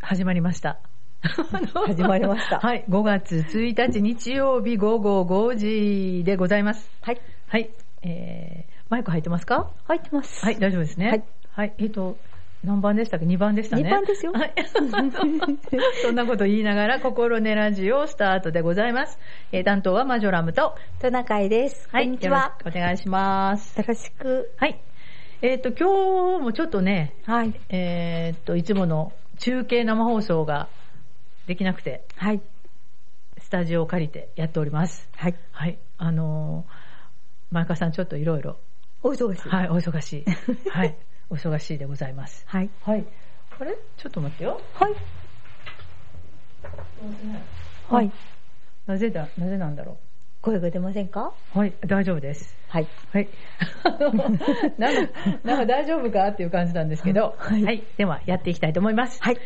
始まりま した。始まりましたはい、5月1日日曜日午後5時でございます。はい。はい、えー、マイク入ってますか入ってます。はい、大丈夫ですね。はい。はい、えっ、と、何番でしたっけ ?2 番でしたね。二番ですよはい。そんなこと言いながら、心根ラジオスタートでございます。えー、担当はマジョラムと、 トナカイです。はい、こんにちよは。ろしくお願いします。よろしく。はい。えっ、と、今日もちょっとね、はい。えっ、と、いつもの中継生放送ができなくて、はい。スタジオを借りてやっております。はい。はい。あのー、前川さんちょっといろいろ、お忙しい。はい、お忙し い。はい。お忙しいでございます。はい。はい。あれちょっと待ってよ。はい。はい。なぜだ、なぜなんだろ声が出ませんかう。はい、大丈夫です。はい。はい。 あのなんか、なんか大丈夫かっていう感じなんですけど、はい。では、やっていきたいと思います。はい。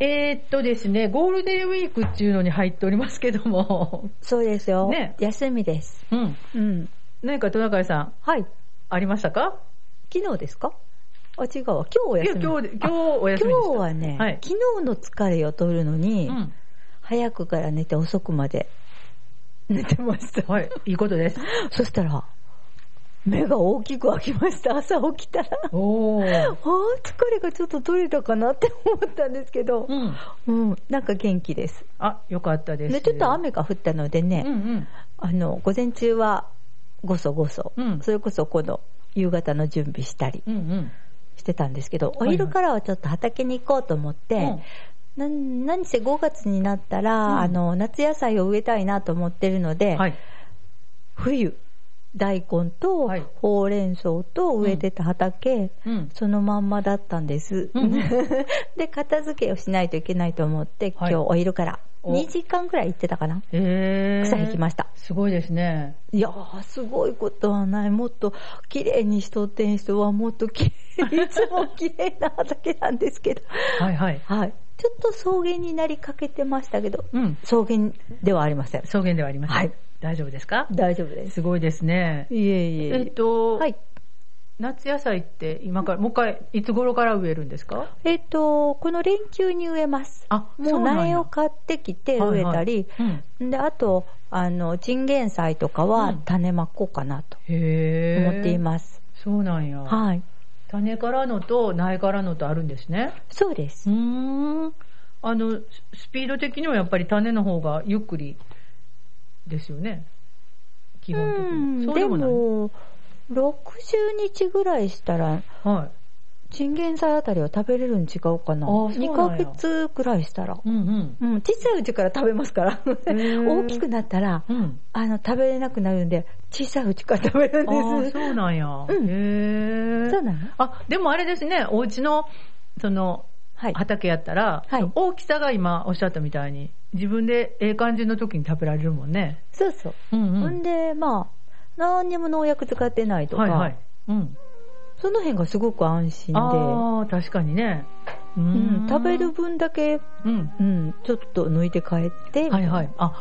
えーっとですね、ゴールデンウィークっていうのに入っておりますけども、そうですよ。ね休みです。うん。うん。何かトナカイさん、はい。ありましたか昨日ですかあ、違うわ。今日おいや、休み。今日で、今日お休みで今し日た。はね、はい昨日の疲れを取るのに、早くから寝て遅くまで寝てました。うん。はい、いいことです。そしたら、目が大きく開きました。朝起きたら。おーあ。ー疲れがちょっと取れたかなって思ったんですけどう、ん。うん、なんか元気です。あ、よかったです。で、ちょっと雨が降ったのでね、うんあの、午前中はごそごそ、うんそれこそこの夕方の準備したりうん。うんうん。してたんですけど、いはいお昼からはちょっと畑に行こうと思って、うんなん何せ5月になったら、んあの、夏野菜を植えたいなと思ってるので、はい。冬、大根とはいほうれん草と植えてた畑、うん。そのまんまだったんです。うんうん で、片付けをしないといけないと思って、はい今日お昼からお2時間くらい行ってたかな。えー。草引きました。すごいですね。いやー、すごいことはない。もっと綺麗にしとってん人はもっと綺麗、いつも綺麗な畑なんですけど。はい はい。はい。ちょっと草原になりかけてましたけど、うん。草原ではありません。草原ではありません。はい大丈夫ですか大丈夫です。すごいですね。いえいえっと、はい。夏野菜って今から、もう一回、いつ頃から植えるんですかえっ、と、この連休に植えます。あもそううなんや苗を買ってきて植えたり、うん。で、あと、あの、チンゲン菜とかうはん種まこうかなとへえ。思っています。す。そうなんや。はい。種からのと苗からのとあるんですね。そうでうす。ーん。あの、ススピード的にはやっぱり種の方がゆっくりですよね。基本的うんに。そうででもない。も、60日ぐらいしたら、はい。チンゲン菜あたりは食べれるに違うかな。あそうなんや2ヶ月ぐらいしたら。うんうん。うん、小さいうちから食べますから。ー 大きくなったら、 うん。あの、食べれなくなるんで、小さいうちから食べるんああ、です。そうなんや。んへえ。そうなのあ、でもあれですね、お家の、その、はい。畑やったら、はい大きさが今おっしゃったみたいに、自分でええ感じの時に食べられるもんね。そうそう。うんほんで、まあ、何にも農薬使ってないとか、はいはい。うん。その辺がすごく安心で、ああ、確かにね。ううんん、食べる。分だけ、うん。うん、ちょっと抜いて帰っ て、はいはい。あ、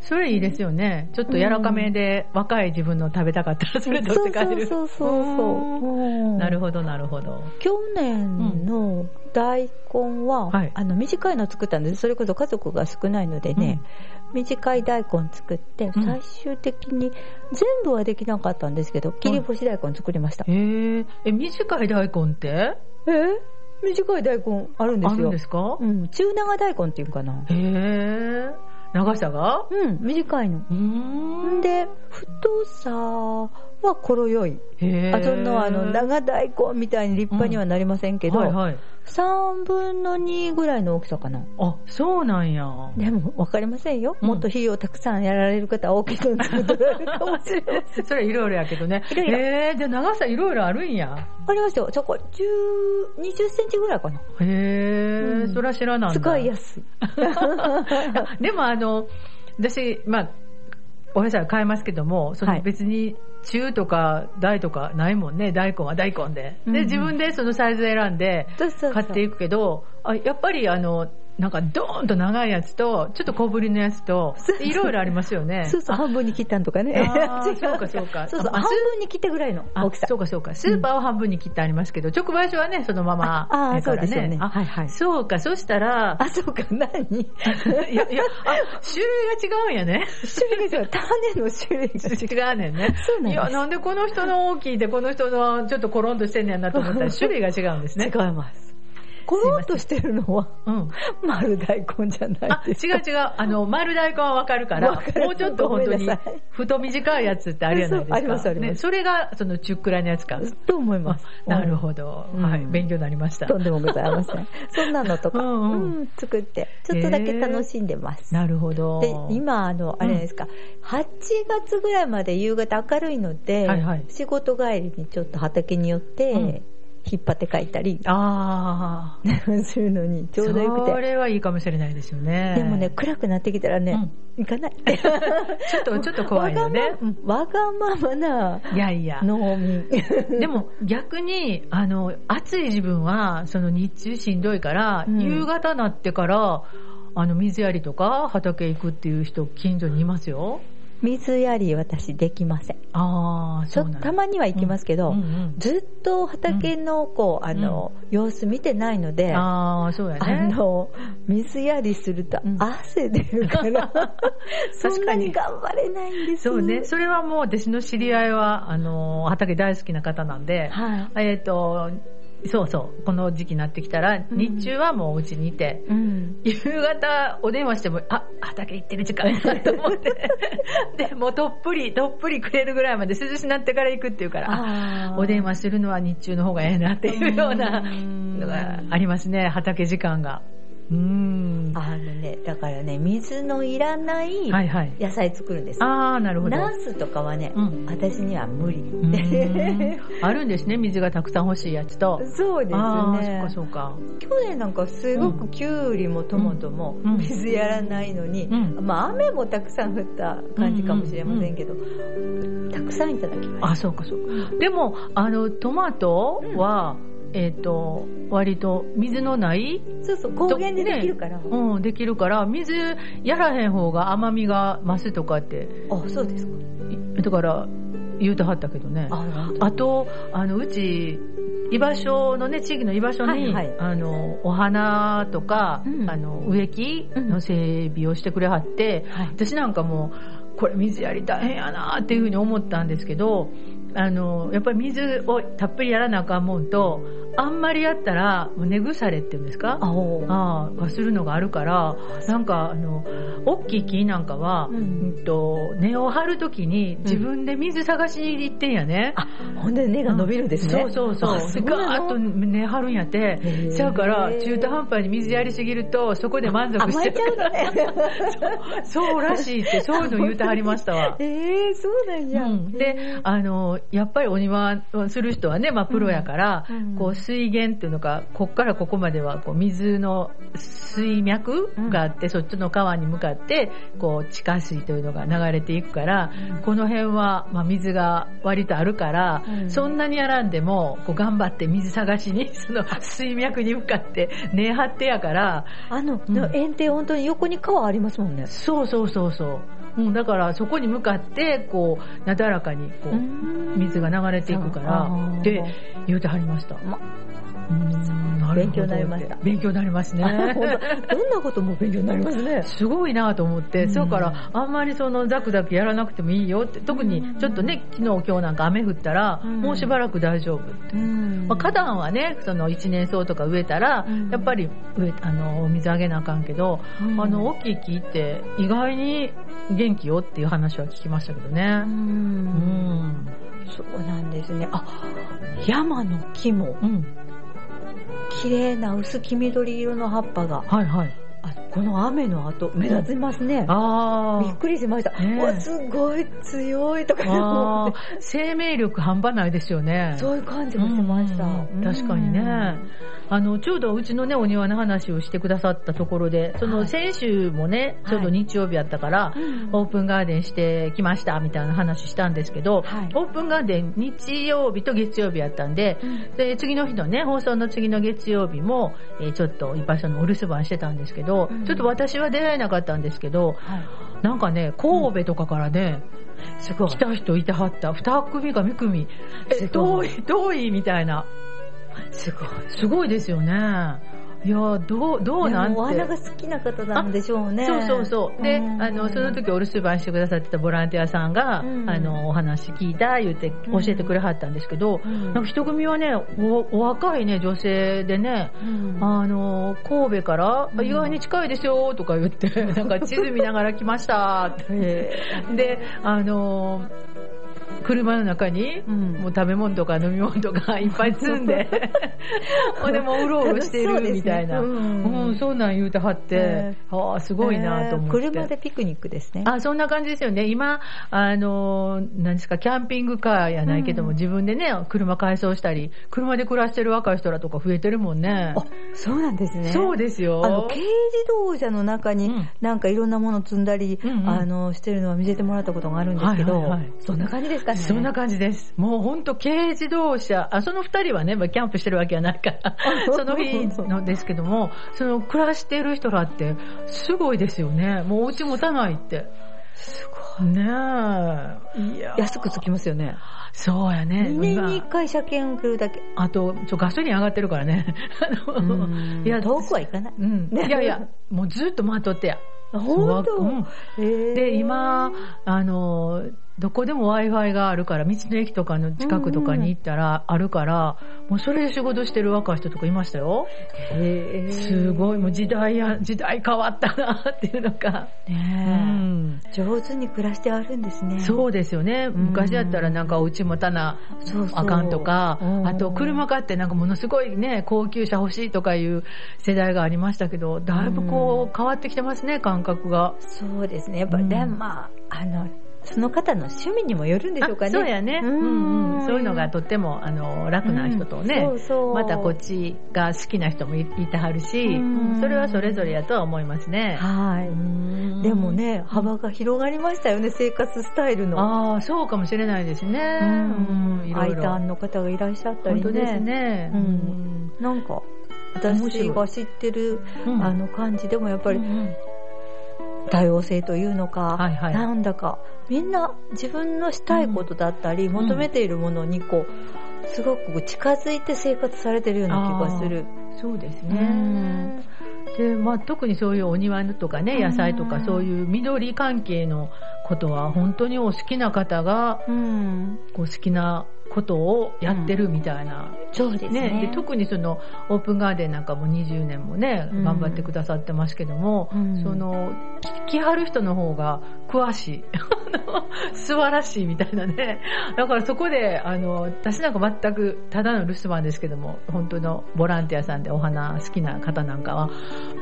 それいいですよね。ちょっと柔らかめで、若い自分の食べたかったらそれ取っそてう帰そうる。そうそうそう、うんなるほどなるほど。去年の大根は、はいあの短いの作ったんですそれこそ家族が少ないのでね、短い大根作ってうん最終的に、全部はできなかったんですけど切り干し大根作りました、へえ、え、短い大根ってえー短い大根あるんであするんよですかうん、中長大根っていうかなへえ、長さがうん短いのうーん。で太さはほろよいへあそんなあのい長大根みたいに立派にはなりませんけど、はいはい。 3分の2ぐらいの大きさかなあ、そうなんや。でも分かりませんよ、うんもっと費用たくさんやられる方は大き いの作ってられるかもしれませ んそれいろいろやけどね。いろいろへえ、じゃあ長さいろいろあるんや。ありますよそこ10 20センチぐらいかなへえ、うんそら知らなんだ。使いやすい でもあの、私、まあ、お野菜は買いますけども、そはのい別に中とか大とかないもんね、大根は大根で。うんうで、ん自分でそのサイズ選んでそうそうそう買っていくけど、あやっぱりあの、なんかドーンと長いやつと、ちょっと小ぶりのやつと、でいろいろありますよね。そうそう、半分に切ったんとかね。あー 違そうかそうかそうそう、あ半分に切ったぐらいのあ大きさ。そうかそうか。スーパーは半分に切ってありますけど、直売所はね、そのまま。ああー、だかそうらですよね。あはいはい。そうか、そした ら、あ、そうか、 何いやいや、あ、種類が違うんやね。 種類が、種の種類が違う。違うねんね。そうなんいですや、なんでこの人の大きいで、この人のちょっとコロンとしてんねんなと思った ら、種類が違うんですね。違います。コロンとしてるのは、うん。丸大根じゃなあい、違です。う違う。あの、丸大根はわかるから、わかるもうちょっと本当ごめんになさい、太短いやつってあるじゃないですそうか。ありますありますねそれが、その、中くらいのやつか。と思いまあす。なるほど。うんはい。勉強になりました。とんでもございません。そんなのとか、うんうんうん作って、ちょっとだけ楽しんでます。なるほど。で、今、あの、あれですか、8月ぐらいまで夕方明るいので、はいはい仕事帰りにちょっと畑に寄って、うん引っ張って帰ったりああ。 するのにちょうどよくそて。れはいいかもしれないですよね。でもね、暗くなってきたらね、行か ない。ちょっと、ちょっと怖いよね。わがままないやいや。農民。でも逆に、あの、暑い自分は、その日中しんどいから、うん夕方なってから、あの、水やりとか畑行くっていう人、近所にいますよ。 水やり私できません。ああ、ちそうょなんだたまには行きますけど、うんうんずっと畑のこう、あの、様子見てないので、あああ、そうやね。の、水やりするとうん汗出 るから、そんなに頑張れないんです。そうね。それはもう私の知り合いは、あの、畑大好きな方なんで、はい。えっ、と、そうそう、この時期になってきたら、うん日中はもうお家にいて、うん。夕方お電話しても、あ、畑行ってる時間やなと思 って。で、もうどっぷり、どっぷりくれるぐらいまで涼しになってから行くっていうから、ああお電っ話するのは日中の方がええなっていうようなのがありますね、畑時間が。うーん。はあのね、だからね、水のいらないいはい。野菜作るんです。あー、なるほど。ナスとかはね、うん私には無理。うーんあるんですね、水がたくさん欲しいやつと。 そうですああ、ね。そっかそっか。去年なんかすごくきゅうりもトマトもうん水やらないのに、うんまあ雨もたくさん降った感じかもしれませんけど、たくさんいただきまあ、しそうかそうか。でも、あの、トマトは、えっ、と、割と水のないたそうそう高原でできるから、うん、できるから、水やらへん方が甘みが増すとかって、あそうですかいだから言うてはったけどね。ああと、あの、うち、居場所のね、地域の居場所に、はいはいあの、お花とか、うんあの、植木の整備をしてくれはって、はい私なんかもう、これ水やり大変やなっていうふうに思ったんですけど、あの、やっぱり水をたっぷりやらなあかんもんと、あんまりやったら、もう根腐れっていうんですかあおーああがするのがあるからなんかあの大きい木なんかは、ううんんと根を張るときに自分で水探しに行ってんやね、あほんで根が伸びるんですね、そうそうあそうそうガーなッのと根張るんやってへーちゃうから中途半端に水やりすぎるとそこで満足し甘ちえゃちゃううの ねそうらしいってそういうの言うてはりましたわ えー、そうなんや、うん、で、あの、やっぱりお庭をする人はね、まあ、プロやから、うんこう、水源っていうのか、こっからここまでは、こう、水の水脈があって、そっちの川に向かって、こう、地下水というのが流れていくから、この辺は、まあ、水が割とあるから、うんそんなにやらんでも、こう、頑張って水探しに、 その、水脈に向かって、根張ってやから、あの、うん園庭本当に横に川ありますもんねそうそうそうそう。うん、だから、そこに向かって、こう、なだらかに、こう、水が流れていくかあーらって言うてはりました。まうんなるほど勉強になりました勉強になりますね。 あほんとどんなことも勉強になりますねすごいなと思って、うんそうから、あんまりそのザクザクやらなくてもいいよって、特にちょっとね、昨日今日なんか雨降ったら、うんもうしばらく大丈夫って。うんまあ、花壇はね、その一年草とか植えたらうん、やっぱり植えあの、お水あげなあかんけど、うんあの、大きい木って意外に元気よっていう話は聞きましたけどうね。うんん。そうなんですね。あ、山の木も、うん。綺麗な薄黄緑色の葉っぱが、はいはい。あこの雨の後、目立ちますね。あびっーくりしました。ねえわ、すごい強いとか思あって。ー。 生命力半端ないですよね。そういう感じがしました。うんうん確かにね。あの、ちょうどうちのね、お庭の話をしてくださったところで、そはのい先週もね、ちょうど日曜日やったから、うんオープンガーデンしてきましたみたいな話したんですけど、はいオープンガーデン日曜日と月曜日やったんで、で次の日のね、放送の次の月曜日も、えーちょっと一般所のお留守番してたんですけど、うんちょっと私は出会えなかったんですけど、はいなんかね、神戸とかからね、すごい来。た人いたはった。二組か三組。え、すご遠いい、遠いみたいな。すごい。すごいですよね。いやーどう、どうなんでもおて花。が好きな方なんでしょうね。そうそうそう。で、んあの、その、時お留守番してくださってたボランティアさんが、うんあの、お話聞いた、言って教えてくれはったんですけど、うんなんか一組はね、お、お若いね、女性でね、うんあの、神戸から、うん意外に近いですよ、とか言って、なんか地図見ながら来ました、って。へで、あの、車の中にえ、うんもう食べ物とか飲み物とかい っぱい積ん で、ほんでもううろうろしてるみたいな。楽しそううですねうんん、そうなん言うてはってえ、ああ、すごいなと思って。えー車でピクニックですね。あ、そんな感じですよね。今、あの、何ですか、キャンピングカーやないけども、うん自分でね、車改装したり、車で暮らしてる若い人らとか増えてるもんね。あそうなんですね。そうですよ。あの、軽自動車の中にうんなんかいろんなもの積んだり、うんうんあの、してるのは見せてもらったことがあるんですけど、はいはいはいそんな感じですかね。そんな感じです。もうほんと軽自動車、あ、その二人はね、まあキャンプしてるわけはない から、その日のですけども、その暮らしてる人らって、すごいですよね。もうお家持たないって。すごい。ねえ。いや安くつきますよね。そうやね。 2年に今1回車検を受けるだけ。あと、ちょ、ガソリン上がってるからね。 あの、うんいや遠くは行かない。うん。いやいや、もうずっと待っとってや。本当、うんえーで、今、あの、どこでも Wi-Fi があるから、道の駅とかの近くとかに行ったら、あるから、もうそれで仕事してる若い人とかいましたよ。へーすごい、もう時代や、時代変わったなっていうのか。うねんえ、上手に暮らしてあるんですね。そうですよね。ん昔だったらなんかお家持たなそうそうあかんとかう、んあと車買ってなんかものすごいね、高級車欲しいとかいう世代がありましたけど、だいぶこう変わってきてますね、感覚が。そうですね。やっぱ、うんでもまあ、あの、その方の趣味にもよるんでしょうかね。あそうやね。ううんんうん。そういうのがとっても、あの、楽な人とねう、んそうそうまたこっちが好きな人もいいてはるし、うんそれはそれぞれやとは思いますね。はうい。んでも。ね、幅が広がりましたよね、生活スタイルの。ああ、そうかもしれないですね。うんいろい I タろ。ーンの方がいらっしゃった本り当ですね。ね。うんなんか、面白い私が知ってる、うんあの感じでもやっぱうりんうん多様性というのか、はいはいなんだか、みんな自分のしたいことだったり、ん求めているものにこう、すごく近づいて生活されてるような気がする。そうですうね。んで、まあ、特にそういうお庭とかね、野菜とうかんそういう緑関係のことは本当にお好きな方が、うん。こう好きなことをやってるみたいな。そうですでね。特にそのオープンガーデンなんかも20年もね、うん頑張ってくださってますけども、うんその聞きはる人の方が詳しい あの素晴らしいみたいなねだからそこであの私なんか全くただの留守番ですけども本当のボランティアさんでお花好きな方なんかは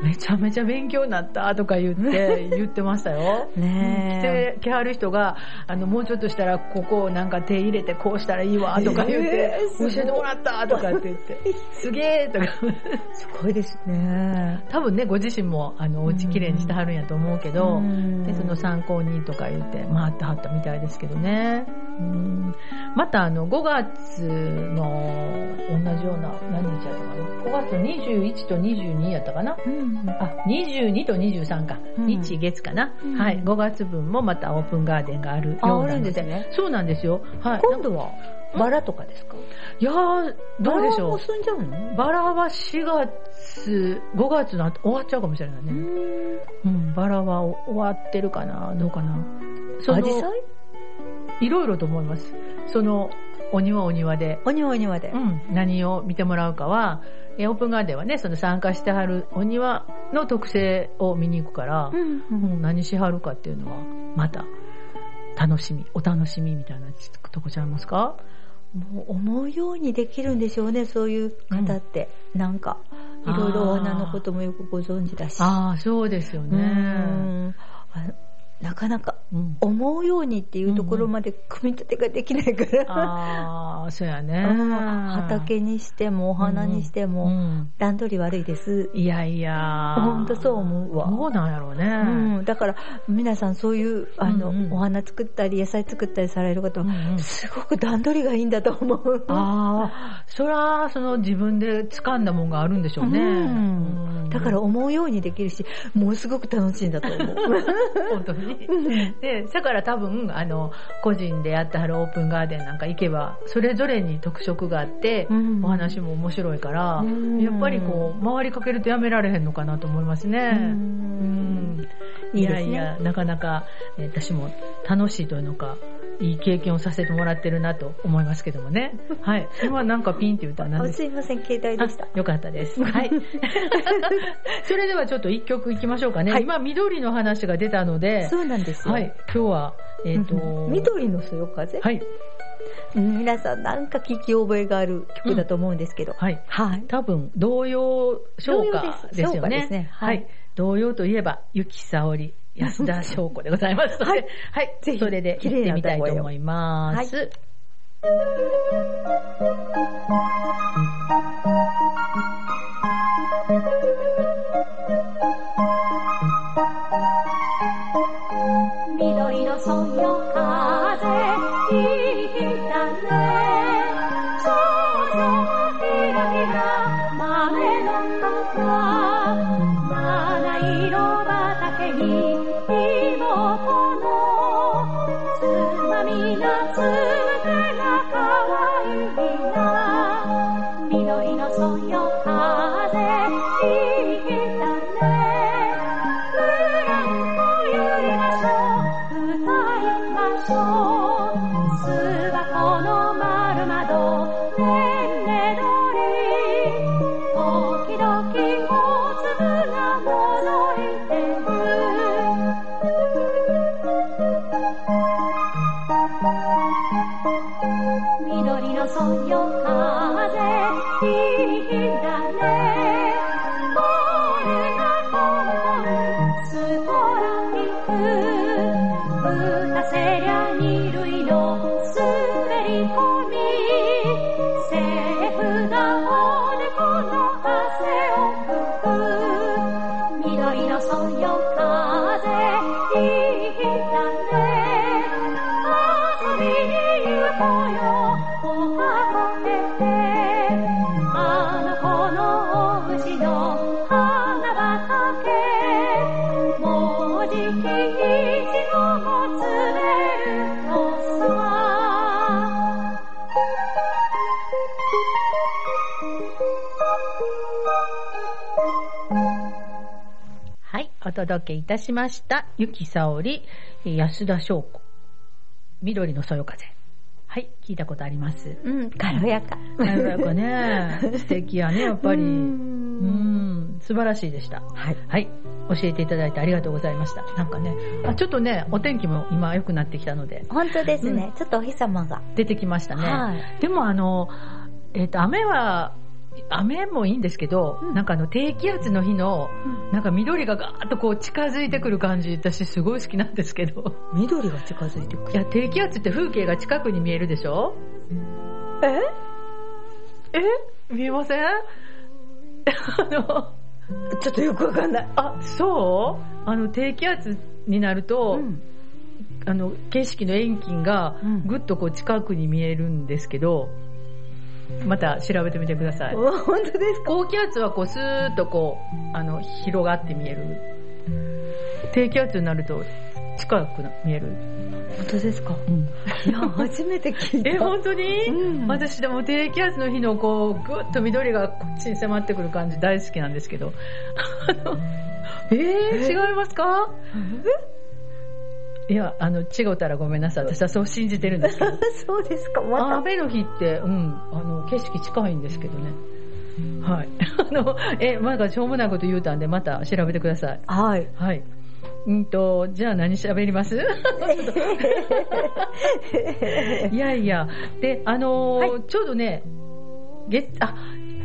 めちゃめちゃ勉強になったとか言って 言ってましたよ。来ねてきはる人があのもうちょっとしたらここをなんか手入れてこうしたらいいわとか言ってえ、ーす教えごいてもらったとかって言 ってすげえとかすごいですね。多分ねご自身もあのお家きれいにしてはるんやと思うけど、でその参考にとか言って回ってはったみたいですけどね、うん、またあの5月の同じような何日やったかな5月の21と22やったかなあ、22と23か。うん日月かな、うんはい。5月分もまたオープンガーデンがあるようなあのあで。るんですね。そうなんですよ。はい。今度はバラとかですかいやー、どうでしバラょもう。済んじゃうのバラは4月、5月の後終わっちゃうかもしれないね。うん、バラは終わってるかなどうかなそアのジサイいろいろと思います。その、お庭お庭でお庭お庭でう。ん、何を見てもらうかは、えオープンガーデンはね、その参加してはるお庭の特性を見に行くから、うんうん、何しはるかっていうのは、また、楽しみ、お楽しみみたいなとこちゃいますかもう思うようにできるんでしょうね、そういう方って。なんか、いろいろお花のこともよくご存知だし。ああ、そうですようね。んあなかなかうん思うようにっていうところまで組み立てができないから、ああ、そうやね うん。畑にしてもお花にしても、うん段取り悪いです。いやいや。ほんとそう思うわそうなんやろうね。うん、だから皆さんそういうあの、うんうんお花作ったり野菜作ったりされる方は、うんうんすごく段取りがいいんだと思う。ああ、そら、その自分で掴んだもんがあるんでしょうね。うんだから、思うようにできるし、もうすごく楽しいんだと思う。本当に。で、だから多分、あの、個人でやってはるオープンガーデンなんか行けば、それぞれに特色があって、うんお話も面白いから、うんやっぱりこう、回りかけるとやめられへんのかなと思いますうね。んうんいいですやいねや、なかなか、えー私も楽しいというのか、いい経験をさせてもらってるなと思いますけども ね。はい。今なんかピンって言ったら何あですすいません、携帯でした。あよかった です。はい。 それではちょっと一曲いきましょうかね。はい今、緑の話が出たので、そうなんですよ。はい、今日は、えっ、と、うん緑のそよ風、はい、うん皆さんなんか聞き覚えがある曲だと思うんですけど。はい。はい。多分、童謡唱歌童謡ですですよ唱歌でね。すねははいい。童謡といえば、ゆきさおり、安田翔子でございますので。はい。ぜひそれで、行ってみたいと思います。緑のそよ風、いいだね。それひらひら、豆の葉。七色畑に、妹の、つまみがつぶてがかわいいな。緑のそよ風、いいだね。ブランコ揺れましょう、歌いましょう。巣箱の丸窓、ねんねどり。時々お粒が覗いてる。緑のそよ風、いいだね。ボールが飛んだ、ストライク。打たせりゃ二塁の滑り込み。セーフなおでこの汗を拭く。緑のそよ風、いいだね。遊びに行こうよ、おかこえて。あの子のお牛の花畑。もうじきいちごも摘めるのさ。はい、お届けいたしました。ゆきさおり、えー安田翔子、緑のそよ風。はい、聞いたことあります。うん、軽やか。なんか ね、素敵やね、やっぱり。ううんん、素晴らしいでした。はい。はい。教えていただいてありがとうございました。なんかね、あちょっとね、お天気も今良くなってきたので、本当ですね。ちょっとお日様が。出てきましたね。はい。でもあの、えっ、と、雨は、雨もいいんですけど、うんなんかあの低気圧の日の、うんなんか緑がガーッとこう近づいてくる感じ、私すごい好きなんですけ ど。緑が近づいてくいや、低気圧って風景が近くに見えるでしょええ見えません あの、ちょっとよくわかんない。あ、そうあの低気圧になると、あの景色の遠近がうんぐっとこう近くに見えるんですけど、また調べてみてください。お本当ですか高気圧はこうスーッとこうあの広がって見える。低気圧になると近くな見える。本当ですかいや、初めて聞いた。え、本当に、うん私でも低気圧の日のこう、ぐっと緑がこっちに迫ってくる感じ大好きなんですけど。 あのえー、違いますかいや、あの、違うたらごめんなさい。私はそう信じてるんですけど。そうですか、あまた。 雨の日って、うん、あの、景色近いんですけどね。はい。 あの、え、まだしょうもないこと言うたんで、また調べてください。はい。はい。うんと、じゃあ何喋りますいやいや。で、あのーちょうどね、月、あ、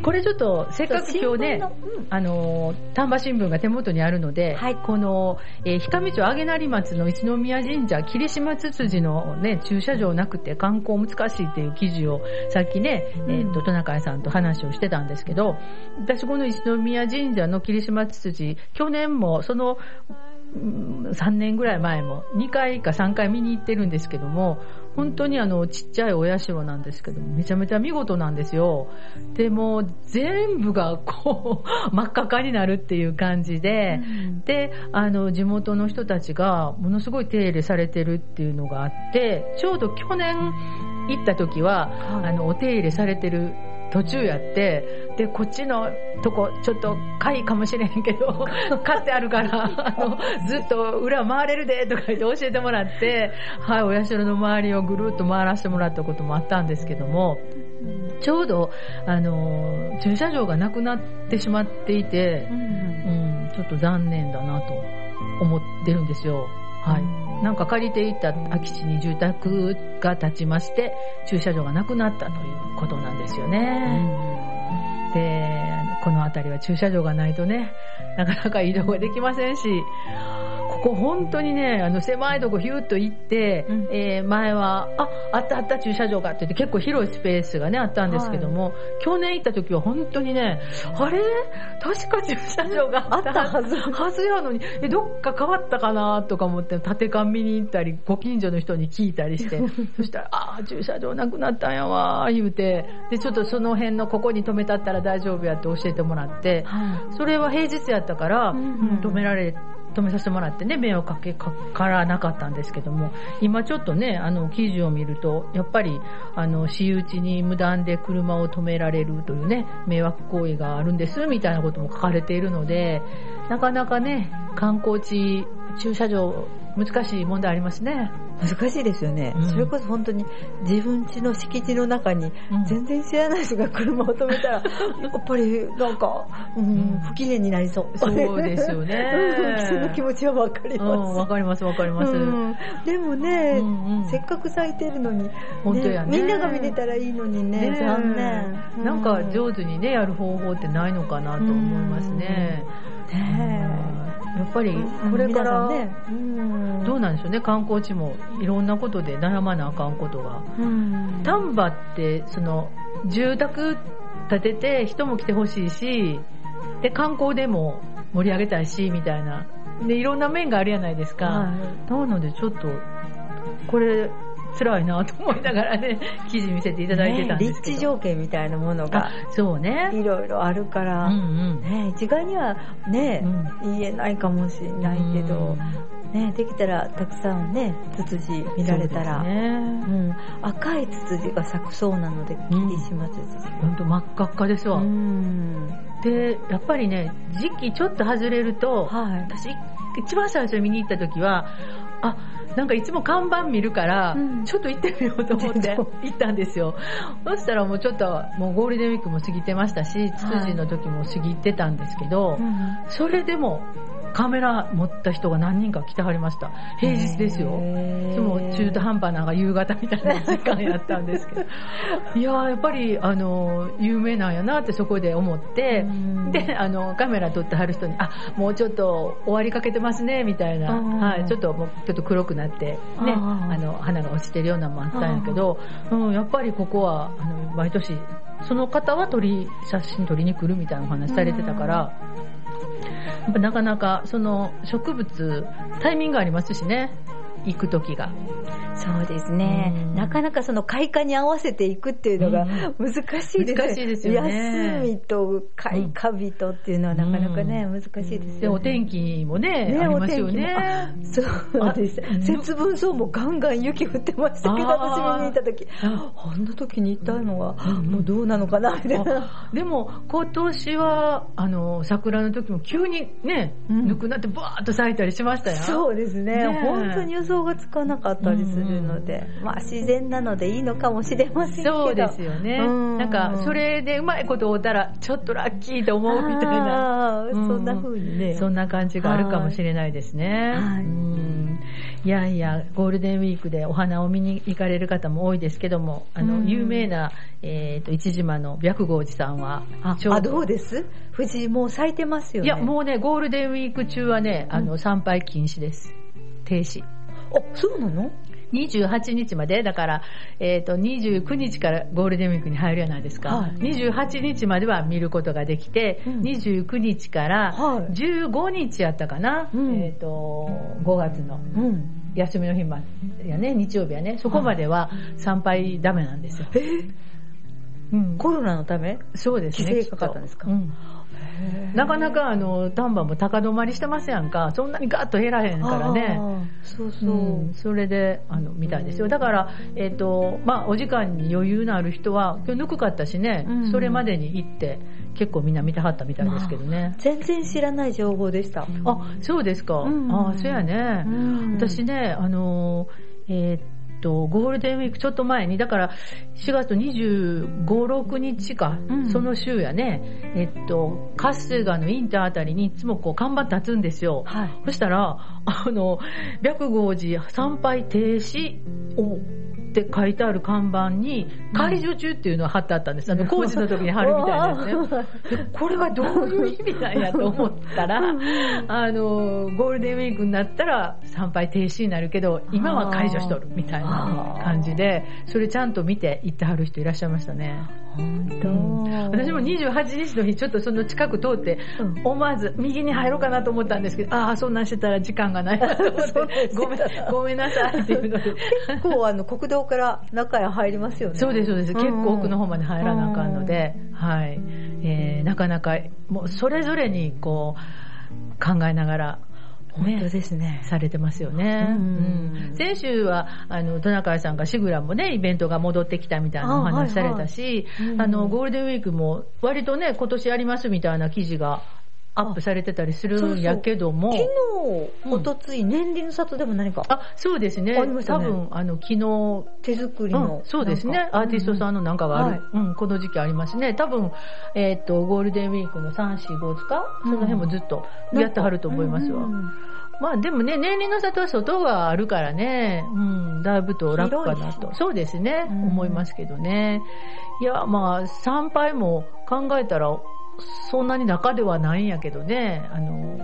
これちょっとせっかく今日ねそう新聞のうんあのー丹波新聞が手元にあるので、はいこの、えー、氷上町上成松の一宮神社霧島つつじの、ね、駐車場なくて観光難しいっていう記事をさっきね、うんえー、とトナカイさんと話をしてたんですけど私この一宮神社の霧島つつじ去年もそのうん3年ぐらい前も2回か3回見に行ってるんですけども本当にあのちっちゃいお社なんですけどもめちゃめちゃ見事なんですよでもう全部がこう 真っ赤っかになるっていう感じで、であの地元の人たちがものすごい手入れされてるっていうのがあってちょうど去年行った時はあの、お手入れされてる途中やって、で、こっちのとこ、ちょっと、買いかもしれへんけど、買ってあるから、あの、ずっと裏回れるで、とか言って教えてもらって、はい、お社の周りをぐるっと回らせてもらったこともあったんですけども、ちょうど、あの、駐車場がなくなってしまっていて、うん、ちょっと残念だなと思ってるんですよ。はい。なんか借りていた空き地に住宅が建ちまして、駐車場がなくなったということなんですよね。で、この辺りは駐車場がないとね、なかなか移動ができませんし、ここ本当にね、あの狭いとこヒューッと行って、うんえー前は、あ、あったあった駐車場がって言って結構広いスペースがね、あったんですけども、去年行った時は本当にね、あれ確か駐車場があった はず。はずやのに、え、どっか変わったかなとか思って、縦缶見に行ったり、ご近所の人に聞いたりして、そしたら、ああ、駐車場なくなったんやわー、言うて、で、ちょっとその辺のここに止めたったら大丈夫やって教えてもらって、それは平日やったから、うんうん止められ、止めさせてもらってね、迷惑かけかからなかったんですけども、今ちょっとね、あの、記事を見ると、やっぱり、あの、私有地に無断で車を止められるというね、迷惑行為があるんです、みたいなことも書かれているので、なかなかね、観光地、駐車場、難しい問題ありますね。難しいですよね、うんそれこそ本当に自分家の敷地の中にうん全然知らない人が車を止め たら、やっぱりなんか、うん、不機嫌になりそう。そうですよ うんそのね気。持ちはわかりうん、ます。わかります、わかります。うんでもね、うんうんせっかく咲いてるのに、本当やねみんなが見れたらいいのにねね、え残念。なんか上上手にね、やる方法ってないのかなと思いますね。手ねやっぱりえこれから、皆さんね、どうなんでしょうね、観光地もいろんなことで悩まなあかんことが。うん丹波って、その、住宅建てて人も来てほしいし、で、観光でも盛り上げたいし、みたいな。で、いろんな面があるやないですか。はいなのでちょっと、これ、辛いなと思いながらね、記事見せていただいてたんですねけ立地ど。条件みたいなものあが、そうね。いろいろあるかうら、んね、一概にはうね、ん。言えないかもしれないけど、ね、できたらたくさんねツツジ見られたらう、ん、赤いツツジが咲くそうなのでうん霧島ツツジが。本当真っ赤っかですわ、うんでやっぱりね時期ちょっと外れるとはい私一番最初に見に行った時はあなんかいつも看板見るから、うんちょっと行ってみようと思ってそう行ったんですよそしたらもうちょっともうゴールデンウィークも過ぎてましたしツツジの時も過ぎてたんですけど、それでもカメラ持った人が何人か来てはりました平日ですよ、いつも中途半端な夕方みたいな時間やったんですけどいやーやっぱりあの有名なんやなってそこで思って、端であのカメラ撮ってはる人に「あもうちょっと終わりかけてますね」みたいな、うんはい、ちょっともうちょっと黒くなって、ね、うんあの花が落ちてるようなのもあったんやけど、うん、やっぱりここはあの毎年その方は撮り写真撮りに来るみたいなお話されてたから。やっぱなかなかその植物タイミングありますしね行く時がそうですねうんなかなかその開花に合わせていくっていうのがうん難しいですね難しいですよね休みと開花日とっていうのはなかなかね、う難しいですよねでお天気もねねありますよねそうですあうん。節分そうもガンガン雪降ってましたけど、あー私見に行った時、ああんな時に行ったのは、うんもうどうなのかな、みたいな。でも今年はあの桜の時も急にね、うんぬくなってバーッと咲いたりしましたよそうですねね本当に予想がつかなかったですね。るので、まあ自然なのでいいのかもしれませんけど。そうですよね。うんなんか、それでうまいことをたら、ちょっとラッキーと思うみたいな。あーそんな風にね。そんな感じがあるかもしれないですね。はいうんいやいや、ゴールデンウィークでお花を見に行かれる方も多いですけども、あうの、ん有名な、えっ、と、一島の白豪寺さんは、ちょあ、どどうです藤井もう咲いてますよいね。や、もうね、ゴールデンウィーク中はね、あの、参拝禁止です。停止。あ、そうなの28日まで、だから、えっ、と、29日からゴールデンウィークに入るじゃないですか。はい28日までは見ることができて、うん29日からはい15日やったかな、うんえっ、と、5月のうん。休みの日までやね、日曜日やね、そこまでは参拝ダメなんですよ。うん、コロナのためそうですね。規制かかったんですかきとうんなかなかあの、丹波も高止まりしてますやんか、そんなにガッと減らへんからね。あー。そうそうう。ん、それで、あの、みたいですうよ。んだから、えっ、と、まあ、お時間に余裕のある人は、今日ぬくかったしね、うんそれまでに行って、結構みんな見てはったみたいですけどね。全然知らない情報でした。あ、そうですか。うんああ、そうやね。私ね、ね、あのーえーっと、ゴールデンウィークちょっと前に、だから4月25、6日か、うんその週やね、えっと、春日のインターあたりにいつもこう看板立つんですよ。はい。そしたら、あの、白豪寺参拝停止って書いてある看板に、仮除中っていうのが貼ってあったんです。あの、工事の時に貼るみたいなや つね。これはどういう意味なんやと思ったら、あの、ゴールデンウィークになったら参拝停止になるけど、今は解除しとるみたいな感じで、それちゃんと見て行ってはる人いらっしゃいましたね。本当。私も28日の日、ちょっとその近く通って、うん思わず右に入ろうかなと思ったんですけど、ああ、そんなんしてたら時間がないなと思っ そうでて、すごめん、ごめんなさいっていうので。 結構あの国道から中へ入りますよね。そうです、そうです。うん結構奥の方まで入らなあかんので、はい。えー、なかなか、もうそれぞれにこう、考えながら、本当ですね。されてますよね。うんうん先週は、あの、トナカイさんがシグランもね、イベントが戻ってきたみたいなお話されたしあはいはいう、んあの、ゴールデンウィークも割とね、今年やりますみたいな記事がアップされてたりするんやけども、昨日、うんおとつい、年輪の里でも何かあ、そうですね。ありました多ね分、あの、昨日、手作りうの、んそうですなねん。かアーティストさんのなんかがある。ううん、この時期ありますね。多分、えーっ、と、ゴールデンウィークの3、4、5日、その辺もずっとやってはると思いますわ。うんまあでもね、年輪の里は外があるからね、うん、だいぶと楽かな広いでと。すそうですね、うん思いますけどね。いや、まあ、参拝も考えたら、そんなに中ではないんやけどね、あの、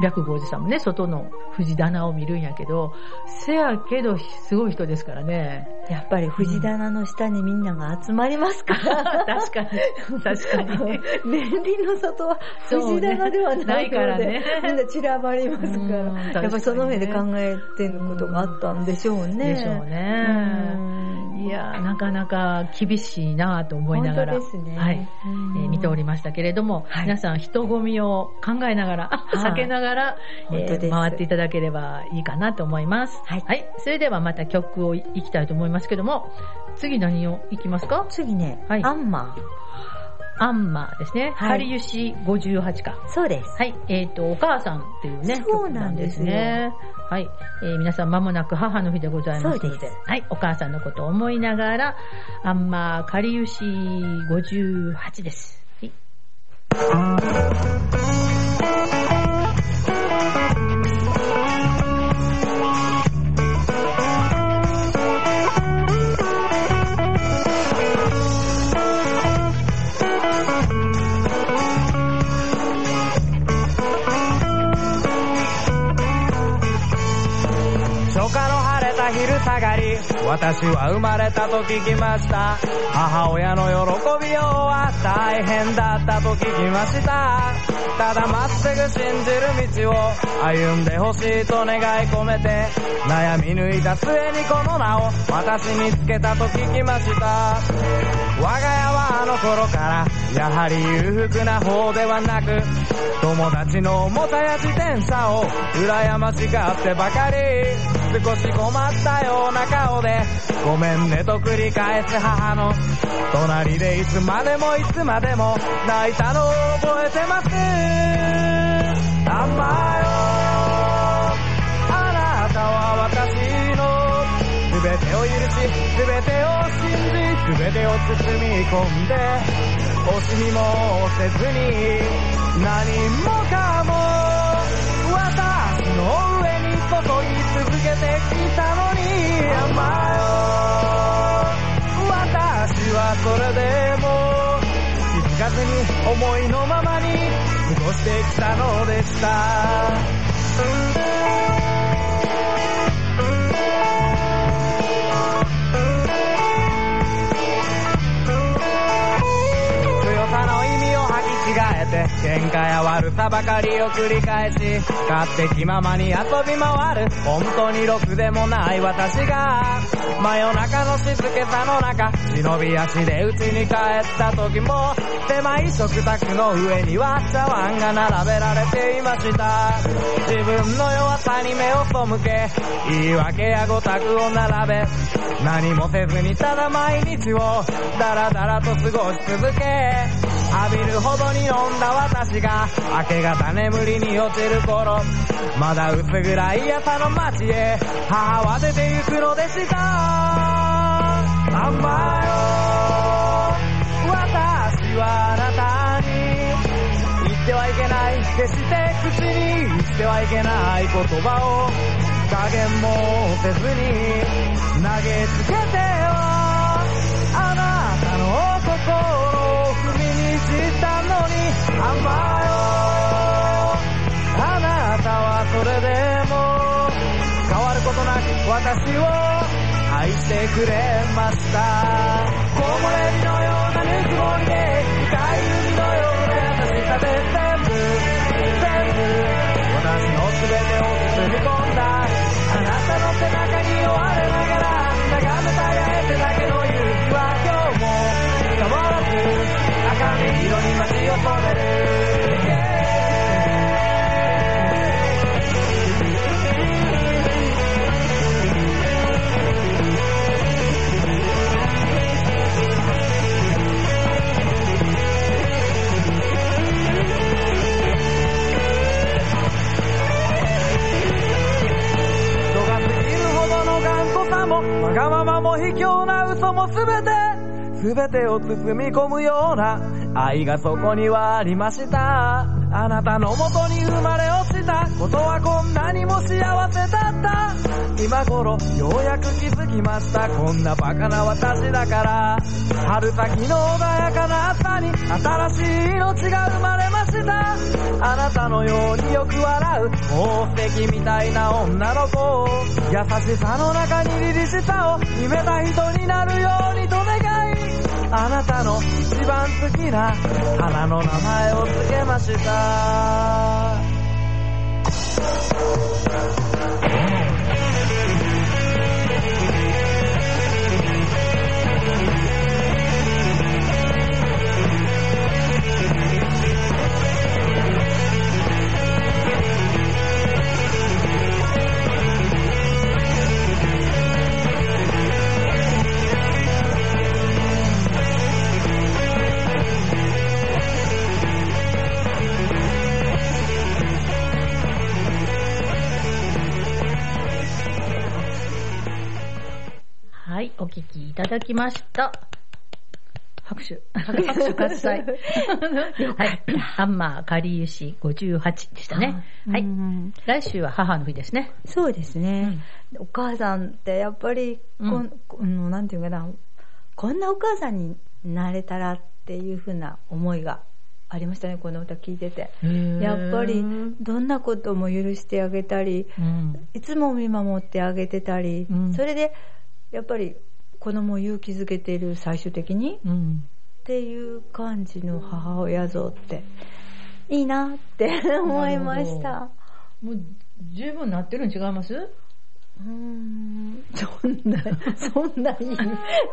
白豪寺さんもね、外の藤棚を見るんやけど、せやけど、すごい人ですから ね。やっぱり藤棚の下にみんなが集まりますから。確かに、確かに。年輪の里はそう藤ね棚ではないないからので、ねみんな散らばりますうか、ん確からにやっぱりその上で考えてることがあったんでしょうね。でしょううね。ん。いや、なかなか厳しいなぁと思いながら。本当ですね。はい。えうんー見ておりましたけれども、はい皆さん人混みを考えながら、い避けながら、えー本当です回っていただければいいかなと思います。はいそれではまた曲をいいきたいと思いますけども、次何をいきますか次ね、はいアンマアンマーですね。はいハリユシ58か。ー。そうです。はい。えっ、と、お母さんっていうね。そうなんですよ曲なんですね。はい。えー皆さん間もなく母の日でございますので。そうですはい。お母さんのことを思いながら、アンマーカリユシ58です。はい初夏の晴れた昼下がり私は生まれたと聞きました母親の喜びようは大変だったと聞きましたただまっすぐ信じる道を歩んでほしいと願い込めて悩み抜いた末にこの名を私につけたと聞きました我が家はあの頃からやはり裕福な方ではなく友達の重さや自転車を羨ましがってばかり少し困ったような顔でごめんねと繰り返す母の隣でいつまでもいつまでも泣いたのを覚えてます甘いよあなたは私の全てを包み込んで惜しみもせずに何もかも私の上に注ぎ続けてきたのに甘えよ私はそれでも気づかずに思いのままに過ごしてきたのでした強さの意味を履き違えて喧嘩や悪さばかりを繰り返し勝手気ままに遊び回る本当にろくでもない私が真夜中の静けさの中忍び足で家に帰った時も狭い食卓の上には茶碗が並べられていました自分の弱さに目を背け言い訳やごたくを並べ何もせずにただ毎日をダラダラと過ごし続け浴びるほどに飲んだ私が明け方眠りに落ちる頃まだ薄暗い朝の街へ母は出て行くのでした甘えよ私はあなたに言ってはいけない決して口に言ってはいけない言葉を加減もせずに投げつけてよあなたの心を踏みにじったのに甘えよあなたはそれでも変わることなく私を愛してくれました木漏れ日のようなぬくもりで深い海のような優しさで全部全部私の全てを包み込んだあなたの背中に追われながら眺めたえてだけの勇気は今日も変わらず赤身色に街を染める、人が過ぎるほどの頑固さもわがままも卑怯な嘘も全て全てを包み込むような愛がそこにはありましたあなたのもとに生まれ落ちたことはこんなにも幸せだった今頃ようやく気づきましたこんなバカな私だから春先の穏やかな朝に新しい命が生まれましたあなたのようによく笑う宝石みたいな女の子を優しさの中に凛々しさを秘めた人になるようにと願いあなたの一番好きな花の名前を付けましたはい、お聞きいただきました。拍手。拍拍手手喝采。はい。ハンマー、かりゆし58でしたね。はい。うん来週は母の日ですね。そうですね、お母さんってやっぱりこん、うんこのなんていうかなこんなお母さんになれたらっていうふうな思いがありましたねこの歌聞いててやっぱりうどんなことも許してあげたりん。いつも見守ってあげてたり、うんそれでやっぱり子供を勇気づけている最終的にうん。っていう感じの母親像っていいなって思いまなしるほたもう、十分なってるん違いますうーんそんなそんないい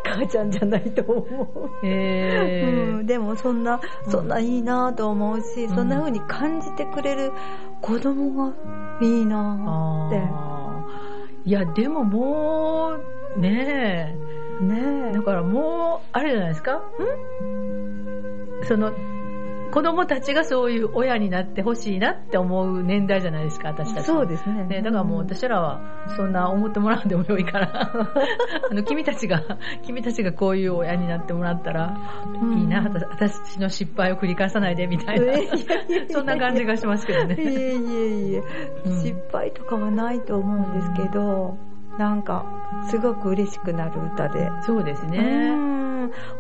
母ちゃんじゃないと思へう、えうん、でもそんなそんないいなと思うし、うんそんな風に感じてくれる子供がいいなってあーいや、でももう、ねえ。ねだからもう、あれじゃないですかんその、子供たちがそういう親になってほしいなって思う年代じゃないですか、私たち。そうですね。ね、だからもう私らは、そんな思ってもらうんでもよいから、 あの、君たちが、君たちがこういう親になってもらったら、いいな、私の失敗を繰り返さないで、みたいな、 そんな感じがしますけどね。いえいえいえ、 失敗とかはないと思うんですけど、なんか、すごく嬉しくなる歌で。そうですね。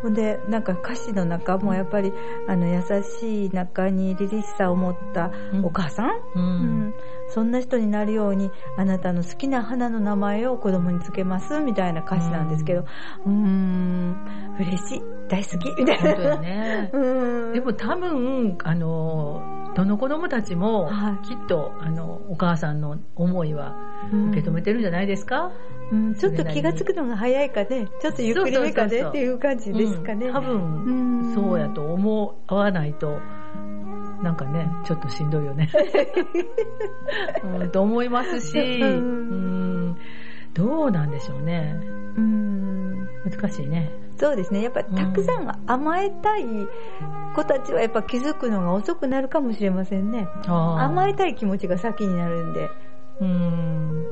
ほんで、なんか歌詞の中もやっぱり、あの、優しい中に凛々しさを持ったお母さん、うん、うん、そんな人になるように、あなたの好きな花の名前を子供につけます、みたいな歌詞なんですけど、うん、うーん、嬉しい、大好き、みたいな。本当ね。うん、でも多分、あの、どの子供たちも、きっと、あの、お母さんの思いは受け止めてるんじゃないですか、うんうん、ちょっと気がつくのが早いかね、ちょっとゆっくりめかねっていう感じですかね。多分、そうやと思わないと、なんかね、ちょっとしんどいよ ね。うん、と思いますし、うん、どうなんでしょうね。うん、難しいね。そうですね。やっぱたくさん甘えたい子たちはやっぱ気づくのが遅くなるかもしれませんね。甘えたい気持ちが先になるんで。うん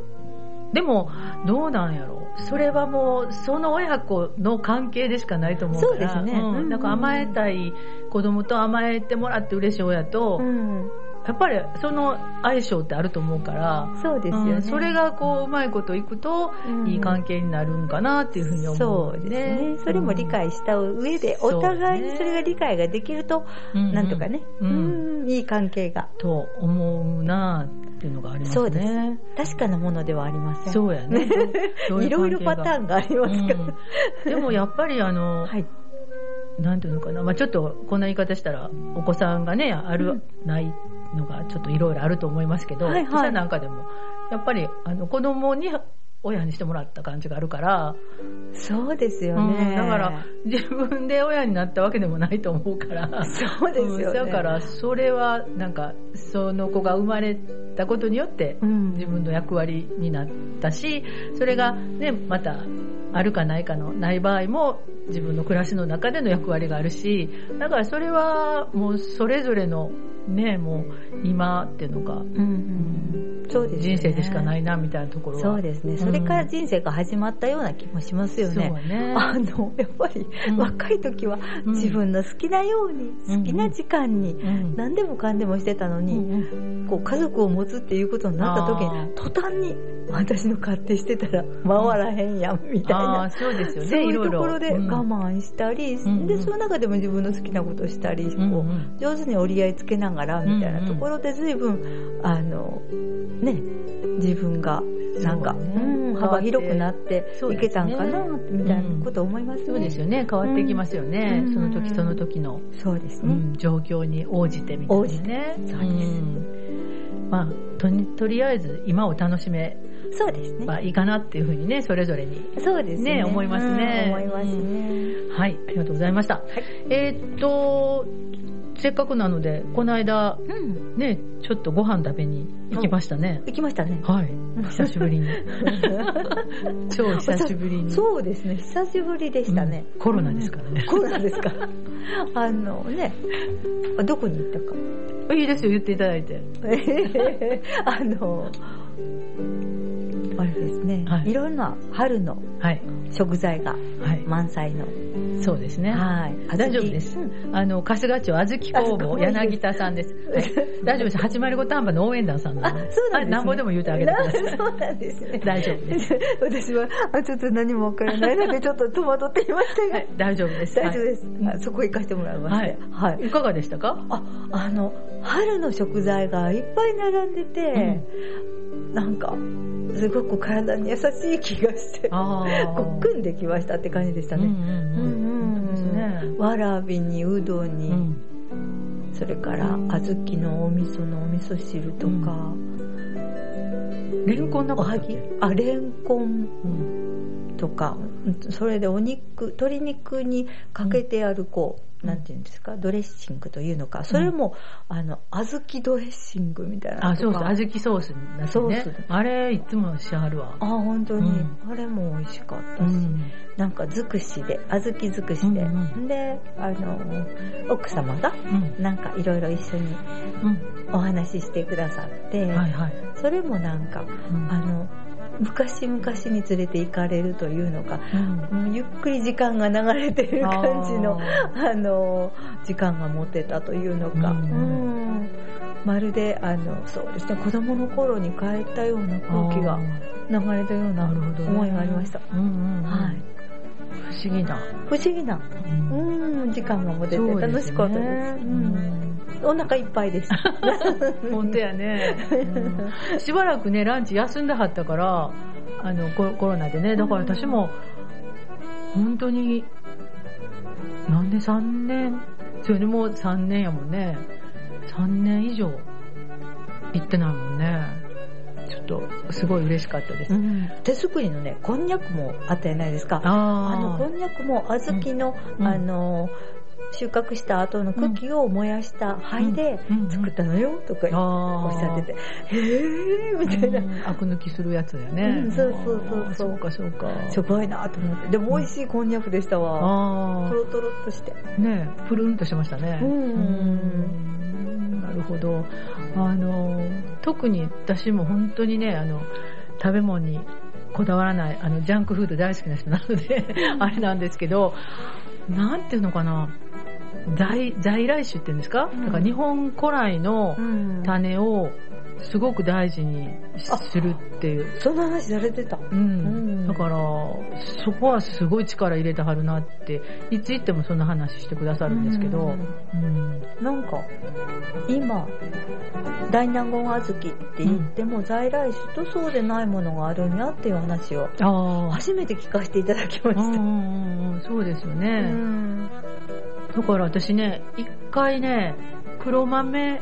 でも、どうなんやろそれはもう、その親子の関係でしかないと思うから。、そうですね。うんなんか甘えたい子供と甘えてもらって嬉しい親と、うん、やっぱりその相性ってあると思うから、そうですよね。うん、それがこう、うまいこといくと、いい関係になるんかなっていうふうに思う、ね、そうですね。それも理解した上で、お互いにそれが理解ができると、なんとかね、うんいい関係が。。と思うなぁ。っていうのがありますね。そうです確かなものではありません。そうやね。 いろいろパターンがありますから。うん、でもやっぱりあ の、はい、なんていうのかな、まあちょっとこんな言い方したら、お子さんがね、ある、うん、ないのがちょっといろいろあると思いますけど、はいはい、なんかでも、やっぱりあの子供に親にしてもらった感じがあるから。そうですよね、うん、だから、自分で親になったわけでもないと思うから。そうですよね。だから、それは、なんか、その子が生まれたことによって、自分の役割になったし、うん、それがね、また、あるかないかのない場合も、自分の暮らしの中での役割があるし、だからそれは、もう、それぞれの、ね、もう、今っていうのが、うんうんそうです、ね、人生でしかないなみたいなところそうですね、それから人生が始まったような気もしますよね、うん、ね あのやっぱり、うん、若い時は自分の好きなように、うん、好きな時間に、何でもかんでもしてたのに、こう家族を持つっていうことになった時に途端に私の勝手してたら回らへんやんみたいな、そうですよねそういうところで我慢したり、でその中でも自分の好きなことしたり、こう上手に折り合いつけながらみたいなところで随分あのね、自分が、なんか、ねうん、幅広くなっていけたんかな、みたいなこと思いますね、そうですよね。変わってきますよね。うん、その時その時の。。そうですね、うん状況に応じてみたいな、ね。応じて。そうです。まあと、とりあえず今を楽しめそうですね。まあいいかなっていうふうにね、それぞれに、ね。そうですね。思いますね。思いますね。はい、ありがとうございました。はい、えっと、せっかくなので、この間、うん、ね、ちょっとご飯食べに行きましたね。行きま したね。はい。久しぶ りに。超久しぶりに。そうですね、久しぶりでしたね。コロナですからね。コロナですから。あのね、どこに行ったか。いいですよ、言っていただいて。 あの、あれですね、はい、いろんな春の食材が満載の。そうですね。はい。大丈夫です。あの、春日町あずき工房、柳田さんです。大丈夫です。八丸五丹波の応援団さんなので。あ、そうなんです、ね。なんぼでも言うてあげてくださ い。そうなんですね。大丈夫です。私は、あ、ちょっと何もわからないので、ちょっと戸惑っていましたが。はい、大丈夫です。大丈夫です。そこ行かせてもらいまして。はい。いかがでしたかあ、あの、春の食材がいっぱい並んでて、なんか、すごく体に優しい気がして、ごっくんできましたって感じでしたね。わらびにうどんに、うん、それから小豆のお味噌のお味噌汁とか、れ、うんこんなおはぎあ、れんこんとか、それでお肉、鶏肉にかけてあるこう、なんていうんですか、ドレッシングというのか、それも、あの、小豆ドレッシングみたいなあ、そうそう、小豆ソースになってね。ソースあれ、いつもしはるわ。あ、本当うにん。あれも美味しかったしう、ん。なんか尽くしで、小豆尽くしでうん。で、あの、奥様が、うん。なんかいろいろ一緒にうお話ししてくださってん。、はいはい。それもなんか、うんあの、昔々に連れて行かれるというのか、うんもうゆっくり時間が流れてる感じの、ああの、時間が持てたというのか、ううんんまるで、あの、そうですね、子供の頃に帰ったようなー空気が流れたようななるほどね思いがありました。うんうんうんはい。不思議な。不思議な、うん、時間が持ててそう楽ですしねかったです。うんお腹いっぱいでした。うん本当やね、うん しばらくね、ランチ休んではったから、あの、ココロナでね、だから私も、本当に、なんで3年、それでもう3年やもんね。3年以上、行ってないもんね。ちょっと、すごい嬉しかったです。うん手作りのね、こんにゃくもあったじゃないですか。あのあこんにゃくも小豆の、うんあの収穫した後の茎を燃やした灰でー、作ったのよとかうん、あおーっしゃってて、へーみたいな、うんアク抜きするやつだよね。うんそうそうそうあーそうかそうか。すごいなと思ってでも美味しいこんにゃくでしたわあとろとろっとしてあ、ねえプルンとしてましたね。ううんんなるほど。あの、特に私も本当にね、あの、食べ物にこだわらない、あの、ジャンクフード大好きな人なので、 あれなんですけど、なんていうのかな、在、在来種っていうんですか、うんだから日本古来の種をすごく大事にするっていう。そんな話されてたうんんだから、そこはすごい力入れてはるなって、いつ行ってもそんな話してくださるんですけど、うんなんか今大納言小豆って言っても、在来種とそうでないものがあるんやっていう話をあ初めて聞かせていただきまあ、うしんうた、んうんそうですようね。んだから私ね、一回ね、黒豆、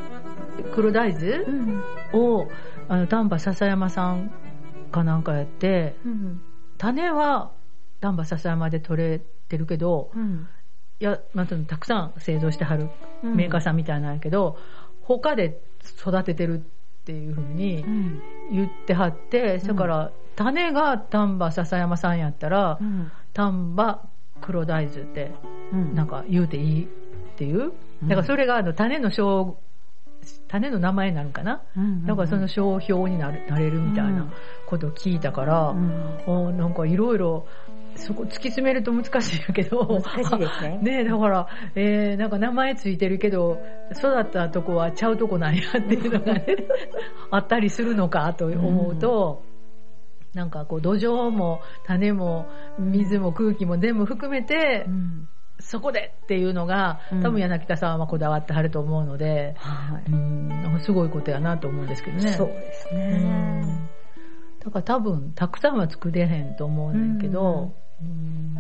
黒大豆うんを、あの、丹波篠山さんかなんかやって、うん種は丹波篠山で取れてるけど、うんいや、まあ、そのたくさん製造してはるメーカーさんみたいなんやけど、他で育ててるっていう風にうん言ってはって、だから種が丹波篠山さんやったら、うん丹波黒大豆ってうんなんか言うていいっていう、うんだからそれがあの種の称種の名前になるんかな、だからその商標になるなれるみたいなことを聞いたから、うんあーなんかいろいろそこ突き詰めると難しいんやけど難しいですねねえ、だから、えー、なんか名前ついてるけど、育ったとこはちゃうとこなんやっていうのが ね、あったりするのかと思うと、なんかこう土壌も種も水も空気も全部含めて、うんそこでっていうのが、多う分ん柳田さんはこだわってはると思うので、はうん、なんかすごいことやなと思うんですけどいね。そうですうねん。だから多分、たくさんは作れへんと思うねんけど、うん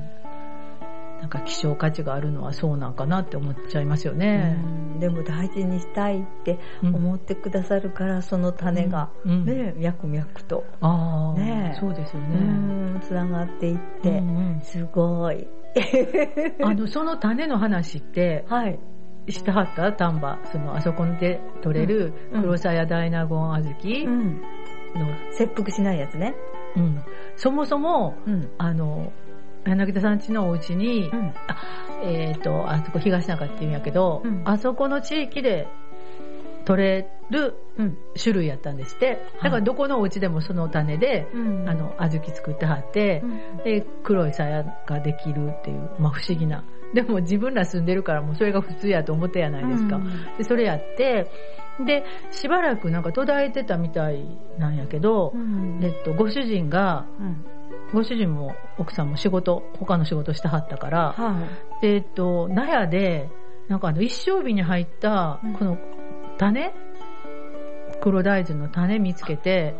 なんか希少価値があるのはそうなんかなって思っちゃいますよね。うんでも大事にしたいって思ってくださるからその種がうんね脈々とああ、ねえそうですようね。んつながっていっうてんうんすご いあの、その種の話って、はいしてはった丹波、その、あそこで取れるうんうん黒さや大納言小豆んの、切腹しないやつねうんそもそも、うんあの、柳田さん家のお家に、うんえっ、と、あそこ東中って言うんやけど、うんあそこの地域で取れる種類やったんですって。だからどこのお家でもその種で、うんあの、小豆作ってはってう、んで、黒い鞘ができるっていう、まあ不思議な。でも自分ら住んでるからもうそれが普通やと思ったやないですか。で、それやって、で、しばらくなんか途絶えてたみたいなんやけどう、んえっと、ご主人が、うんご主人も奥さんも仕事、他の仕事してはったから、はいでえっと、納屋で、なんかあの、一生日に入ったうん、この種、黒大豆の種見つけて、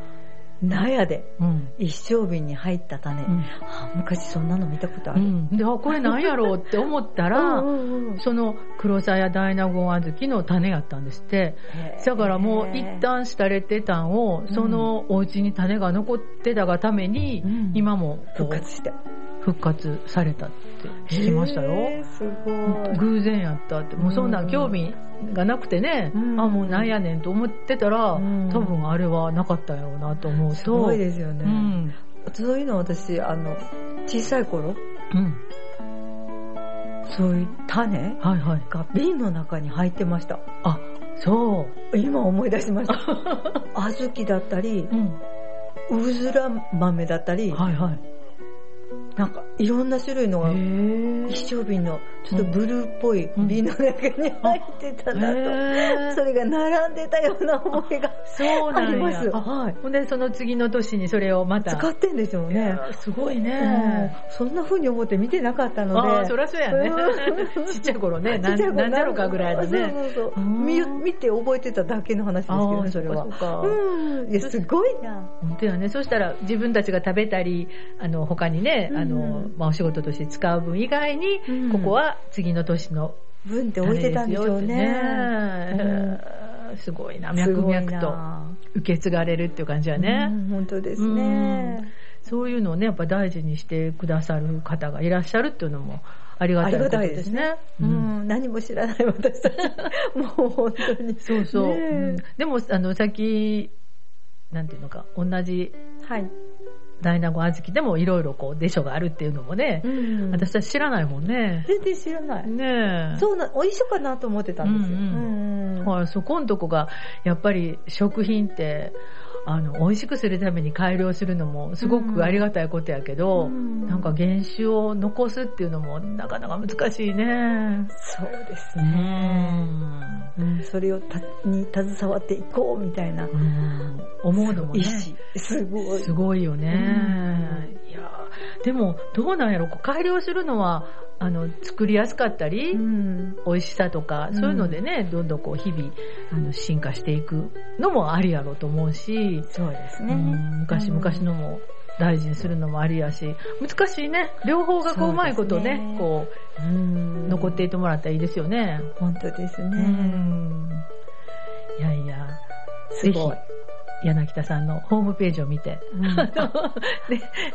納屋でうん。一升瓶に入った種、うんあ昔そんなの見たことあうる、ん。で、あ、これなんやろうって思った うら、んうんうんその黒さや大納言小豆の種やったんですって。だからもう一旦廃れてたんを、そのお家に種が残ってたがためにう、ん今もこう復活して復活されたって聞きましたよ。すごい。偶然やったって。もうそんなん興味がなくてね、うん、あ、もうなんやねんと思ってたら、うん、多分あれはなかったやろうなと思うと。すごいですよね。うん、そういうの私、あの、小さい頃、うん、そういう種が瓶の中に入ってました。はい。はい、あ、そう今思い出しました。 小豆だったり、うん、うずら豆だったり、はいはい。なんか、いろんな種類のが、一生瓶の、ちょっとブルーっぽい瓶の中に入ってたなと、うんうん、それが並んでたような思いがそうあります。はい。ほんで、その次の年にそれをまた。使ってんでしょうね。すごいね、うん。そんな風に思って見てなかったので。ああ、そりゃそうやね。 ちっちゃい頃 ね、なんちゃろかぐらいのね。そうそうそう見。見て覚えてただけの話ですけどね、それは。そうか。うん。いや、すごいな。本当よね。そしたら、自分たちが食べたり、あの、他にね、あの、まあ、お仕事として使う分以外に、ここは次の年の、うん。分って置いてたんでしょうね。ねうん、すごいな、脈々と受け継がれるっていう感じはね。うん、本当ですね。そういうのをね、やっぱ大事にしてくださる方がいらっしゃるっていうのも、ありがたいですね。ねうん、何も知らない私たち。もう本当に。そうそう。でも、あの、さっき、なんていうのか、同じ、はい。大納言小豆でもいろいろこう、出所があるっていうのもね、うんうん、私は知らないもんね。全然知らない。ねそうな、お一緒かなと思ってたんですよ。うん、うん、はい、そこんとこが、やっぱり食品って、あの、美味しくするために改良するのもすごくありがたいことやけど、うん、なんか原種を残すっていうのもなかなか難しいね。そうですね。うん、それをたに携わっていこうみたいな、うん、思うのもね。すごい。すごいよね。うん、いやでもどうなんやろ改良するのはあの、作りやすかったり、うん、美味しさとか、そういうのでね、うん、どんどんこう、日々、あの、進化していくのもありやろうと思うし、そうですね。昔々のも大事にするのもありやし、難しいね。両方がこう、うまいことね、ねこう、うん残っていてもらったらいいですよね。本当ですね。うん、いやいや、ぜひ。柳田さんのホームページを見 て、うんね、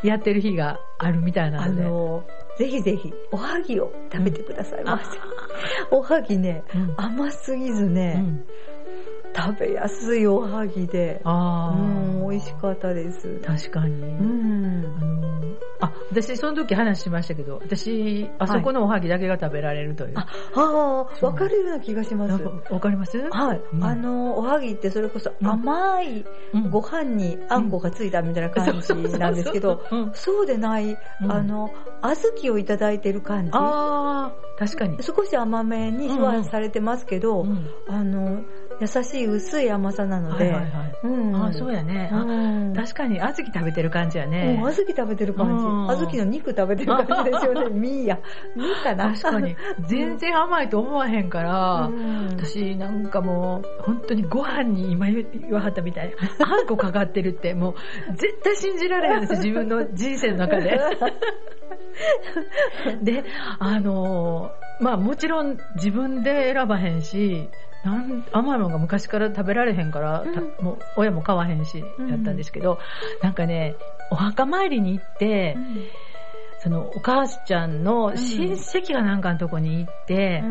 やってる日があるみたいなので。あのぜひぜひ、おはぎを食べてくださいませ。うん、おはぎね、うん、甘すぎずね、うん、食べやすいおはぎで、うん、美味しかったです。確かに。うんあのあ、私、その時話しましたけど、私、あそこのおはぎだけが食べられるという。はい、ああ、わかるような気がします。わかりますはい。うん、あの、おはぎってそれこそ甘いご飯にあんこがついたみたいな感じなんですけど、そうでない、あの、小豆をいただいてる感じ。ああ、確かに。、少し甘めにはされてますけど、あの、優しい薄い甘さなので。はいはいはい。うんあそうやね。確かに、小豆食べてる感じやね。うん、小豆食べてる感じ。小豆の肉食べてる感じで すよね。ミーや。ミーかな。確かに。全然甘いと思わへんから、私なんかもう、本当にご飯に今言わはったみたいに、あんこかかってるって、もう、絶対信じられへんです、自分の人生の中で。で、あのー、まあもちろん自分で選ばへんし、なん甘いものが昔から食べられへんから、うん、もう親も買わへんし、やったんですけど、うん、なんかね、お墓参りに行って、うん、そのお母ちゃんの親戚がなんかのとこに行って、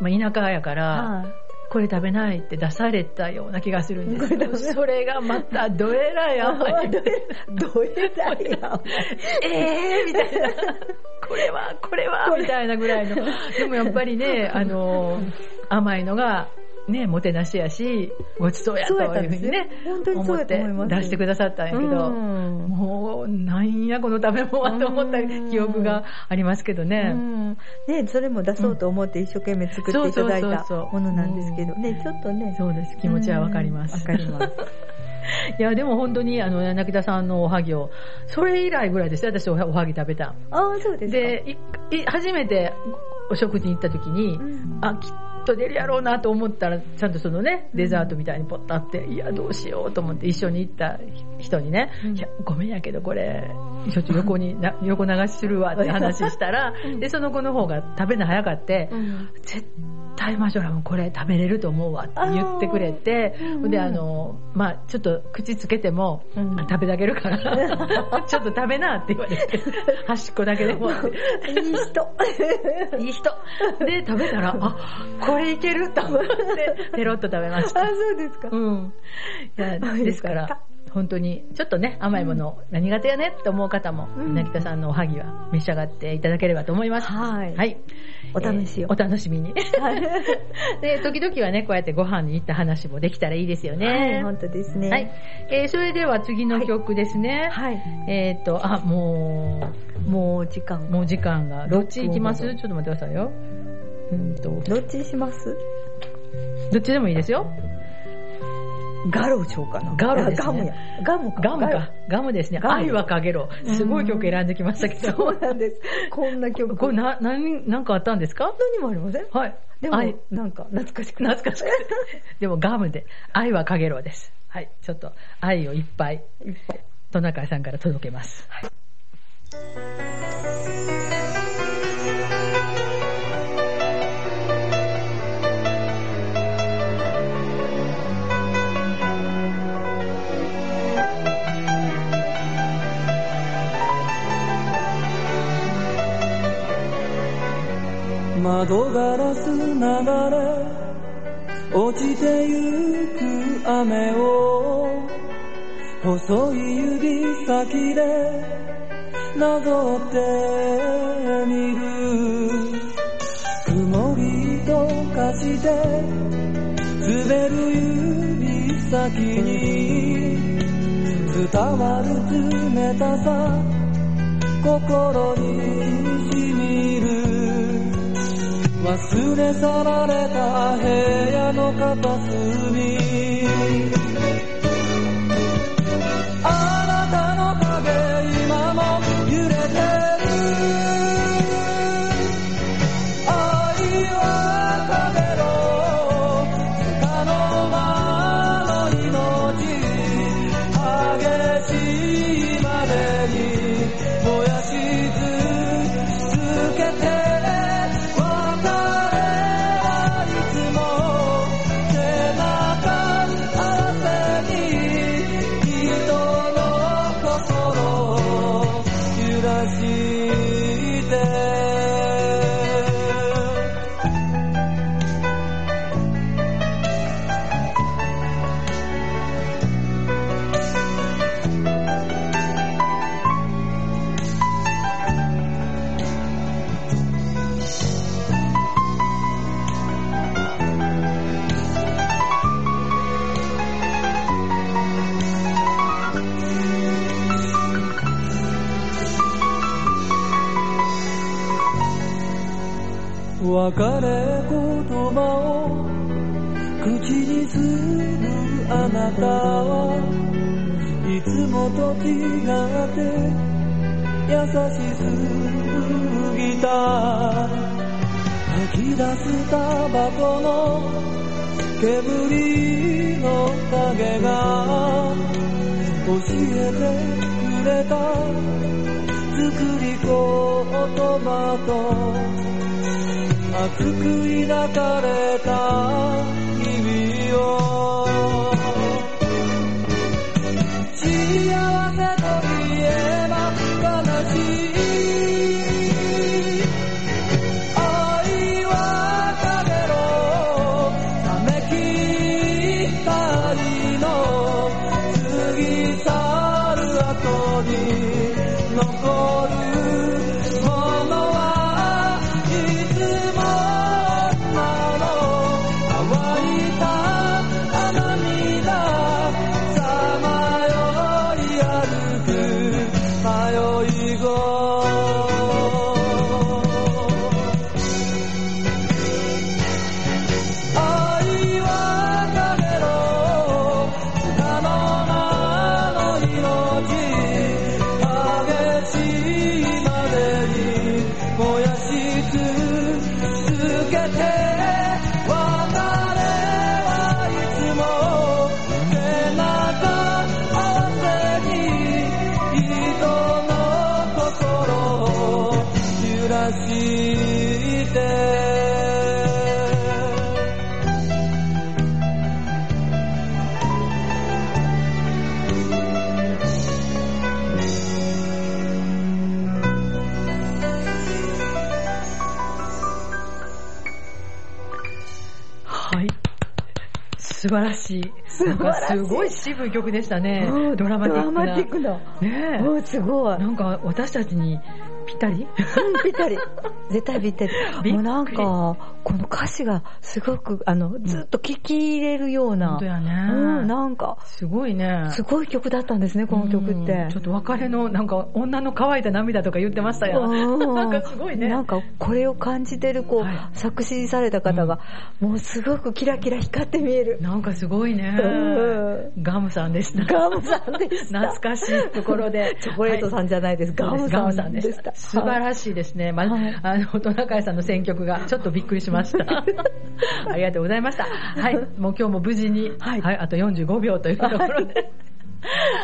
まあ、田舎やから、これ食べないって出されたような気がするんですけど、それがまた、どえらい甘い。どえらい甘い。 えーみたい な。これは、これは、みたいなぐらいの。でもやっぱり ね、あの、甘いのが、ね、もてなしやし、ごちそうやというふうにね、。本当にそうやと思います出してくださったんやけど、もう、なんやこの食べ物はと思った記憶がありますけどね。ね、それも出そうと思って一生懸命作っていただいたものなんですけど、ね、ちょっとね。そうです、気持ちはわかります。わかります。 いや、でも本当に、あの、柳田さんのおはぎを、それ以来ぐらいですね、私おはぎ食べた。ああ、そうですで、初めてお食事に行った時に、あ、きと出るやろうなと思ったら、ちゃんとそのね、デザートみたいにポッとあって、いや、どうしようと思って一緒に行った人にね、いや、ごめんやけどこれ、ちょっと横に、横 流しするわって話したら、で、その子の方が食べるの早かって、絶対マジョラもこれ食べれると思うわって言ってくれて、で、あの、まあちょっと口つけても、食べだけるから、 ちょっと食べなって言われ て、端っこだけでも。いい 人。いい人。で、食べたら、あ、これいけると思って、ペロッと食べました。あ、そうですか。うん。 ですから、本当にちょっとね甘いもの何苦手やねって思う方も、うん、成田さんのおはぎは召し上がっていただければと思いますはい、はい、お試しえを、ー、お楽しみに で時々はねこうやってご飯に行った話もできたらいいですよねはい本当ですね、はいえー、それでは次の曲ですねはい、はい、えっ、とあもうもう時間もう時間がどっち行きますちょっと待ってくださいようんとどっちしますどっちでもいいですよガロちょうかな。ガロ、ね、ガムや。ガムか。ガムか。ガムですね。愛はかげろ。すごい曲選んできましたけど。そうなんです。こんな曲。これな、なに、なんかあったんですか何もありませんはい。でも、なんか、懐かしく懐かしくでもガムで、愛はかげろです。はい。ちょっと、愛をいっぱい、いっぱいトナカイさんから届けます。はい窓ガラス流れ落ちてゆく雨を細い指先でなぞってみる曇りと化して滑る指先に伝わる冷たさ心にしみる忘れ去られた部屋の片隅あなたの影今も揺れてる愛は食べろ束の間の命激しいまでに燃やし続けて別れ言葉を口にするあなたはいつもと違って優しすぎた吐き出すタバコの煙の影が教えてくれた作り言葉と熱く抱かれた日々を幸せと言えば悲しい愛は食べろためきったりの過ぎ去る後に残る「あなた素晴らしい。素晴らしいなんかすごい渋い曲でしたねう。んドラマティックな。ドラマティックな。ねうんすごいえ。。なんか私たちにぴったりうんぴったり。絶対ぴったびっくりり。もうなんか、この歌詞がすごく、あの、ずっと聴き入れるよう本な当。やね。うん、なんか、すごいね。すごい曲だったんですね、この曲っうてんちょ。っと別れの、なんか女の乾いた涙とか言ってましたよ。ななんかすごいねなんかこれを感じてるこう、はい作詞された方が、もうすごくキラキラ光って見える。なんかすごいねう。ガムさんでした。ガムさんでした。。懐かしいところでチョコレートさんじゃないです。ガはいムガさムんさんででし。したた。素晴らしいですね。まあはあいの、トナカイさんの選曲がちょっとびっくりしま した。ありがとうございました。はい。もう今日も無事に、はい。あと45秒というところで。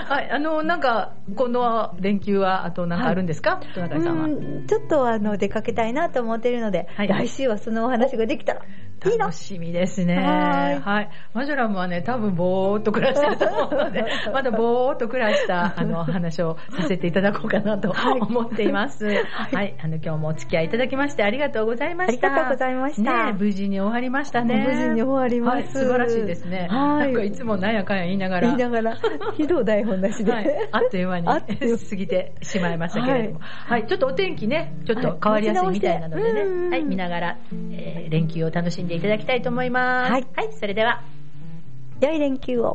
はい。あの、なんか、この連休は、あとなんかあるんですか、トナカイさんは。うんちょっとあの出かけたいなと思ってるので、はい来週はそのお話ができたらいいな楽。しみですね。ははいいマジョラムはね、多分ぼーっと暮らしてると思うの で、まだぼーっと暮らした、あの、お話をさせていただこうかなと思っています。はい、あの、今日もお付き合いいただきましてありがとうございました。ありがとうございましたねえ無事に終わりましたね。無事に終わりますはい素晴らしいですね。はなんいかいつもなんやかんや言いながら。言いながら、ひどい台本なしで。はい、あっという間にあっという間過ぎてしまいましたけれども、はいちょっとお天気ねちょっと変わりやすいみたいなのでね、はい持ち直してうんはい、見ながら、えー連休を楽しんでいただきたいと思います。はいはい、それでは良い連休を。